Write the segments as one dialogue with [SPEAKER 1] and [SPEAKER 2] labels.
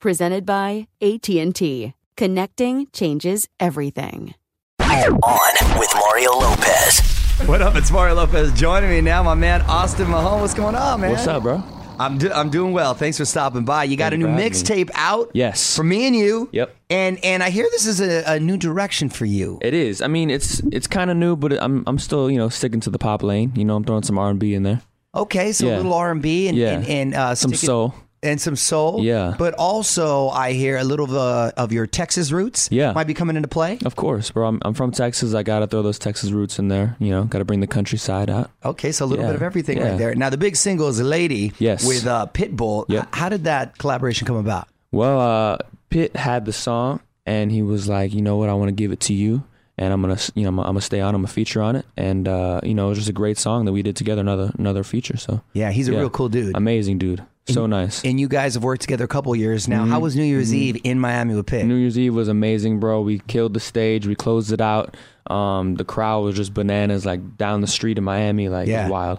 [SPEAKER 1] presented by AT&T. Connecting changes everything.
[SPEAKER 2] On with Mario Lopez.
[SPEAKER 3] What up? It's Mario Lopez. Joining me now, my man Austin Mahone. What's going on, man?
[SPEAKER 4] What's up, bro?
[SPEAKER 3] I'm do- I'm doing well. Thanks for stopping by. You got
[SPEAKER 4] Thank
[SPEAKER 3] a
[SPEAKER 4] you
[SPEAKER 3] new
[SPEAKER 4] for having
[SPEAKER 3] mixtape out.
[SPEAKER 4] Yes.
[SPEAKER 3] For me and you.
[SPEAKER 4] Yep. Eh,
[SPEAKER 3] And and I hear this is a, a new direction for you.
[SPEAKER 4] It is. I mean, it's it's kind of new, but I'm I'm still you know sticking to the pop lane. You know, I'm throwing some R and B in there,
[SPEAKER 3] Okay, so a
[SPEAKER 4] Yeah.
[SPEAKER 3] little R and B and
[SPEAKER 4] Yeah.
[SPEAKER 3] and, and uh,
[SPEAKER 4] some
[SPEAKER 3] stick it-
[SPEAKER 4] soul.
[SPEAKER 3] and some soul.
[SPEAKER 4] Yeah.
[SPEAKER 3] But also, I hear a little of, uh, of your Texas roots.
[SPEAKER 4] Yeah.
[SPEAKER 3] Might be coming into play.
[SPEAKER 4] Of course, bro. I'm I'm from Texas. I gotta throw those Texas roots in there. You know, gotta bring the countryside out.
[SPEAKER 3] Okay, so a little
[SPEAKER 4] Yeah.
[SPEAKER 3] bit of everything
[SPEAKER 4] Yeah.
[SPEAKER 3] right there. Now the big single is "Lady"
[SPEAKER 4] Yes.
[SPEAKER 3] with uh, Pitbull.
[SPEAKER 4] Yep.
[SPEAKER 3] H- How did that collaboration come about?
[SPEAKER 4] Well, uh, Pitt had the song, and he was like, you know what, I want to give it to you, and I'm gonna, s- you know, I'm, I'm gonna stay on, I'm gonna feature on it, and uh, you know, it was just a great song that we did together, another another feature. So
[SPEAKER 3] Yeah, he's a
[SPEAKER 4] Yeah.
[SPEAKER 3] real cool dude.
[SPEAKER 4] amazing, dude. So nice.
[SPEAKER 3] and you guys have worked together a couple years now.
[SPEAKER 4] Mm-hmm.
[SPEAKER 3] How was New Year's Eve in Miami with Pitt?
[SPEAKER 4] New Year's Eve was amazing, bro. We killed the stage. We closed it out. Um, the crowd was just bananas, like down the street in Miami, like it
[SPEAKER 3] Yeah.
[SPEAKER 4] was wild.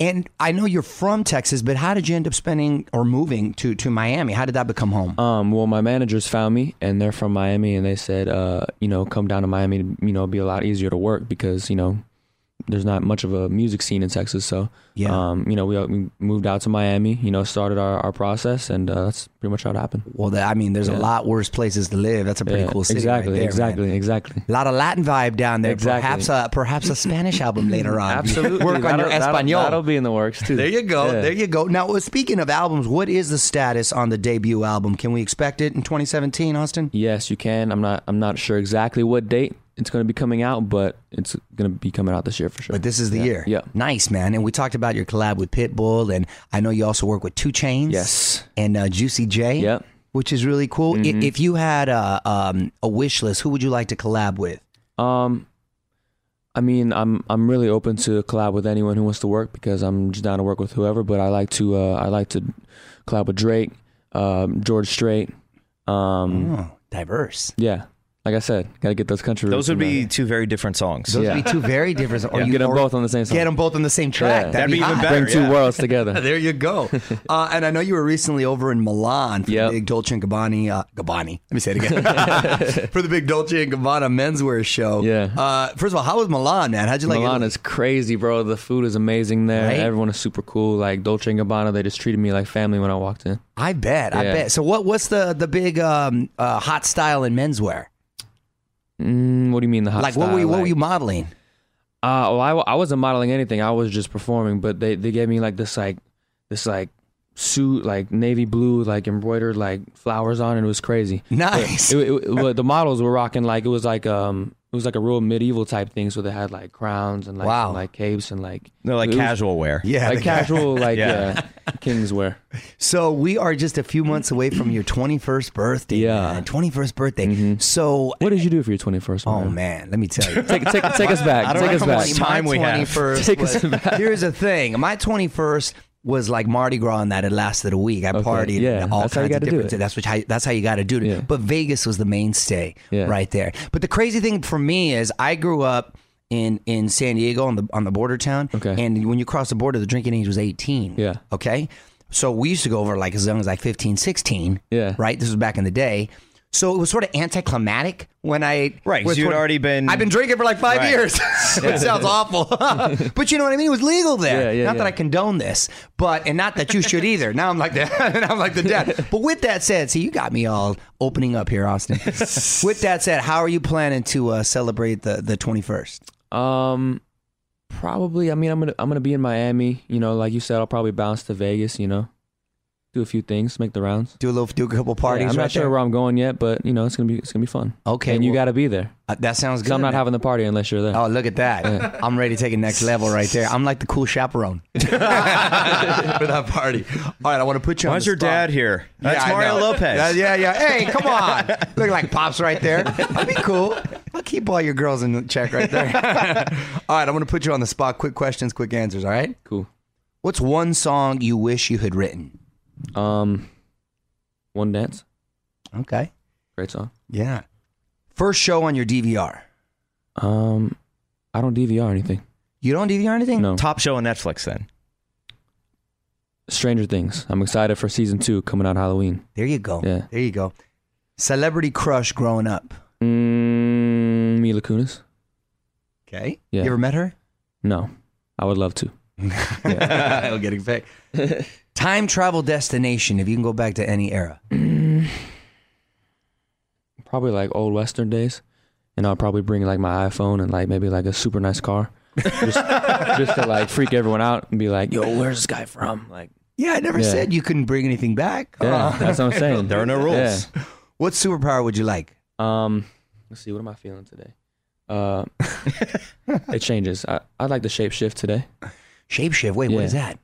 [SPEAKER 3] and I know you're from Texas, but how did you end up spending or moving to to Miami? How did that become home?
[SPEAKER 4] Um, well, my managers found me, and they're from Miami, and they said, uh, you know, come down to Miami. to, You know, it'd be a lot easier to work because you know, there's not much of a music scene in Texas. So
[SPEAKER 3] Yeah.
[SPEAKER 4] um, you know, we, we moved out to Miami. You know, started our, our process, and uh, that's pretty much how it happened.
[SPEAKER 3] well, that, I mean, there's a lot worse places to live. That's a pretty
[SPEAKER 4] Yeah,
[SPEAKER 3] cool city,
[SPEAKER 4] exactly,
[SPEAKER 3] Right there,
[SPEAKER 4] exactly, exactly.
[SPEAKER 3] A lot of Latin vibe down there.
[SPEAKER 4] Exactly.
[SPEAKER 3] Perhaps a perhaps a Spanish album later on.
[SPEAKER 4] Absolutely.
[SPEAKER 3] Work on your
[SPEAKER 4] That'll- that'll-
[SPEAKER 3] Espanol.
[SPEAKER 4] That'll be in the works too.
[SPEAKER 3] There you go.
[SPEAKER 4] Yeah.
[SPEAKER 3] There you go. Now, well, speaking of albums, what is the status on the debut album? Can we expect it in 2017, Austin?
[SPEAKER 4] Yes, you can. I'm not. I'm not sure exactly what date it's going to be coming out, but it's going to be coming out this year for sure.
[SPEAKER 3] But this is the
[SPEAKER 4] Yeah.
[SPEAKER 3] year.
[SPEAKER 4] Yeah.
[SPEAKER 3] Nice, man. And we talked about your collab with Pitbull, and I know you also work with Two Chains.
[SPEAKER 4] Yes. Mm-hmm.
[SPEAKER 3] And uh, Juicy J.
[SPEAKER 4] Yep.
[SPEAKER 3] Which is really cool. I- If you had a, um, a wish list, who would you like to collab with?
[SPEAKER 4] Um, I mean, I'm I'm really open to collab with anyone who wants to work because I'm just down to work with whoever. But I like to uh, I like to collab with Drake, um, George Strait. Um,
[SPEAKER 3] Oh, diverse.
[SPEAKER 4] yeah. Like I said, gotta get those country.
[SPEAKER 5] Those
[SPEAKER 4] roots
[SPEAKER 5] would
[SPEAKER 4] in
[SPEAKER 5] be
[SPEAKER 4] there.
[SPEAKER 5] two very different songs.
[SPEAKER 3] Those
[SPEAKER 4] Yeah.
[SPEAKER 3] would be two very different. Or
[SPEAKER 4] Yeah. Get 'em
[SPEAKER 3] or-
[SPEAKER 4] both on the same song.
[SPEAKER 3] Get them both on the same track.
[SPEAKER 4] Yeah.
[SPEAKER 3] That'd,
[SPEAKER 5] That'd
[SPEAKER 3] be,
[SPEAKER 5] be even
[SPEAKER 3] hot.
[SPEAKER 5] better,
[SPEAKER 4] bring two
[SPEAKER 5] yeah.
[SPEAKER 4] worlds together.
[SPEAKER 3] There you go. Uh, and I know you were recently over in Milan for
[SPEAKER 4] Yep.
[SPEAKER 3] the big Dolce and Gabbani. Uh, Gabbani. Let me say it again. for the big Dolce and Gabbana menswear show.
[SPEAKER 4] Yeah.
[SPEAKER 3] Uh, first of all, how was Milan, man? How'd you like
[SPEAKER 4] Milan
[SPEAKER 3] it?
[SPEAKER 4] is crazy, bro. The food is amazing there.
[SPEAKER 3] Right?
[SPEAKER 4] Everyone is super cool. Like Dolce and Gabbana, they just treated me like family when I walked in.
[SPEAKER 3] I bet. I
[SPEAKER 4] Yeah.
[SPEAKER 3] bet. So what? What's the the big um, uh, hot style in menswear?
[SPEAKER 4] Mm, what do you mean the hot
[SPEAKER 3] like what were you,
[SPEAKER 4] style?
[SPEAKER 3] what
[SPEAKER 4] Like-
[SPEAKER 3] were you modeling?
[SPEAKER 4] Uh, well, I, I wasn't modeling anything. I was just performing, but they, they gave me like this like this like suit, like navy blue, like embroidered like flowers on, and it was crazy.
[SPEAKER 3] Nice.
[SPEAKER 4] It, it- it- but the models were rocking like it was like um it was like a real medieval type thing, so they had like crowns and like
[SPEAKER 3] Wow.
[SPEAKER 4] and, like capes and like
[SPEAKER 5] No, like
[SPEAKER 4] it was-
[SPEAKER 5] casual wear.
[SPEAKER 3] Yeah.
[SPEAKER 4] like
[SPEAKER 3] the guy-
[SPEAKER 4] casual like
[SPEAKER 5] Yeah.
[SPEAKER 4] yeah. kings wear.
[SPEAKER 3] So we are just a few months away from your 21st birthday.
[SPEAKER 4] Yeah. Mm-hmm.
[SPEAKER 3] man. 21st birthday. So,
[SPEAKER 4] What did you do for your twenty first?
[SPEAKER 3] oh man, let me tell you.
[SPEAKER 4] Take, take, take us back.
[SPEAKER 5] I don't
[SPEAKER 4] Take us
[SPEAKER 5] know how
[SPEAKER 4] back.
[SPEAKER 5] much time we have.
[SPEAKER 3] 21st
[SPEAKER 4] Take us
[SPEAKER 3] was- Here's the thing. My 21st was like Mardi Gras, and that it lasted a week. I
[SPEAKER 4] Okay,
[SPEAKER 3] partied.
[SPEAKER 4] yeah,
[SPEAKER 3] and all
[SPEAKER 4] that's how you
[SPEAKER 3] kinds of
[SPEAKER 4] gotta do
[SPEAKER 3] different.
[SPEAKER 4] it.
[SPEAKER 3] things. That's what how, that's how you got to do it.
[SPEAKER 4] Yeah.
[SPEAKER 3] But Vegas was the mainstay
[SPEAKER 4] Yeah.
[SPEAKER 3] right there. But the crazy thing for me is I grew up. In, in San Diego on the on the border town,
[SPEAKER 4] Okay.
[SPEAKER 3] and when you cross the border, the drinking age was eighteen.
[SPEAKER 4] Yeah.
[SPEAKER 3] okay. So we used to go over like as young as like 15, 16.
[SPEAKER 4] Yeah.
[SPEAKER 3] right. This was back in the day, so it was sort of anticlimactic when I
[SPEAKER 5] Right, 'cause
[SPEAKER 3] was
[SPEAKER 5] you'd
[SPEAKER 3] toward-
[SPEAKER 5] already been-
[SPEAKER 3] I've been drinking for like five
[SPEAKER 5] Right.
[SPEAKER 3] years. it sounds awful. but you know what I mean? It was legal there.
[SPEAKER 4] Yeah, yeah,
[SPEAKER 3] not that
[SPEAKER 4] yeah.
[SPEAKER 3] I condone this, but and not that you should either. Now I'm like the now I'm like the dad. But with that said, see you got me all opening up here, Austin. with that said, how are you planning to uh, celebrate the the 21st?
[SPEAKER 4] Um, probably. I mean, I'm gonna I'm gonna be in Miami. You know, like you said, I'll probably bounce to Vegas. You know, do a few things, make the rounds.
[SPEAKER 3] Do a little do a couple
[SPEAKER 4] Yeah,
[SPEAKER 3] parties
[SPEAKER 4] I'm
[SPEAKER 3] right
[SPEAKER 4] not sure
[SPEAKER 3] there?
[SPEAKER 4] where I'm going yet, but you know, it's gonna be it's gonna be fun.
[SPEAKER 3] Okay,
[SPEAKER 4] and you
[SPEAKER 3] well-
[SPEAKER 4] gotta be there.
[SPEAKER 3] Uh, that sounds good.
[SPEAKER 4] Cause I'm not
[SPEAKER 3] man.
[SPEAKER 4] having the party unless you're there.
[SPEAKER 3] Oh, look at that. I'm ready to take it next level right there. I'm like the cool chaperone for that party. All right, I want to put you on
[SPEAKER 5] Why's
[SPEAKER 3] the
[SPEAKER 5] your
[SPEAKER 3] spot.
[SPEAKER 5] dad here? That's
[SPEAKER 3] I
[SPEAKER 5] Mario
[SPEAKER 3] know.
[SPEAKER 5] Lopez.
[SPEAKER 3] Yeah, yeah, yeah. Hey, come on. Look like Pops right there. That'd be cool. I'll keep all your girls in check right there. all right, I'm going to put you on the spot. Quick questions, quick answers, all right?
[SPEAKER 4] cool.
[SPEAKER 3] What's one song you wish you had written?
[SPEAKER 4] Um, one dance,
[SPEAKER 3] Okay.
[SPEAKER 4] great song.
[SPEAKER 3] Yeah. First show on your DVR.
[SPEAKER 4] Um, I don't DVR anything.
[SPEAKER 3] You don't DVR anything?
[SPEAKER 4] No.
[SPEAKER 5] Top show on Netflix then.
[SPEAKER 4] Stranger Things. I'm excited for season two coming out Halloween.
[SPEAKER 3] There you go.
[SPEAKER 4] Yeah.
[SPEAKER 3] There you go. Celebrity crush growing up.
[SPEAKER 4] Mm, Mila Kunis.
[SPEAKER 3] Okay.
[SPEAKER 4] Yeah.
[SPEAKER 3] You ever met her?
[SPEAKER 4] No, I would love to.
[SPEAKER 3] I'm getting back. Time travel destination, if you can go back to any era.
[SPEAKER 4] probably like old western days and i'll probably bring like my iphone and like maybe like a super nice car just, just to like freak everyone out and be like yo where's this guy from like
[SPEAKER 3] Yeah, I never
[SPEAKER 4] Yeah.
[SPEAKER 3] said you couldn't bring anything back.
[SPEAKER 4] yeah
[SPEAKER 3] Uh,
[SPEAKER 4] that's what i'm saying
[SPEAKER 5] There are no rules.
[SPEAKER 3] what superpower would you like?
[SPEAKER 4] Yeah. um let's see what am i feeling today uh it changes i i'd like to shape shift today
[SPEAKER 3] Shapeshift. Wait, what
[SPEAKER 4] Yeah.
[SPEAKER 3] is that?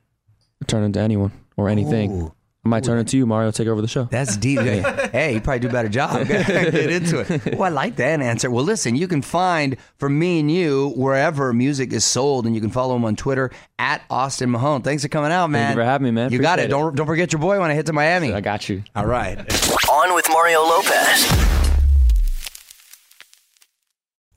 [SPEAKER 4] turn into anyone or anything
[SPEAKER 3] Ooh.
[SPEAKER 4] i might turn into you mario take over the show
[SPEAKER 3] That's deep. Hey, you probably do a better job. Get into it. Oh, I like that answer. Well, listen, you can find for me and you wherever music is sold, and you can follow him on Twitter at Austin Mahone. Thanks for coming out, man.
[SPEAKER 4] you for having me, man.
[SPEAKER 3] You got it.
[SPEAKER 4] Appreciate it.
[SPEAKER 3] Don't don't forget your boy when I hit to Miami.
[SPEAKER 4] i got you
[SPEAKER 3] All right.
[SPEAKER 2] On with Mario Lopez.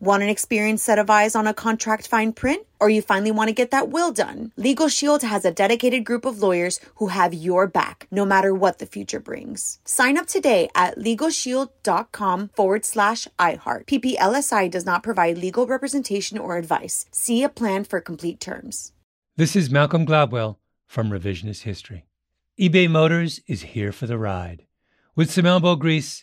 [SPEAKER 6] Want an experienced set of eyes on a contract fine print? Or you finally want to get that will done? Legal Shield has a dedicated group of lawyers who have your back no matter what the future brings. Sign up today at LegalShield.com forward slash iHeart. PPLSI does not provide legal representation or advice. See a plan for complete terms.
[SPEAKER 7] This is Malcolm Gladwell from Revisionist History. eBay Motors is here for the ride. With some elbow grease,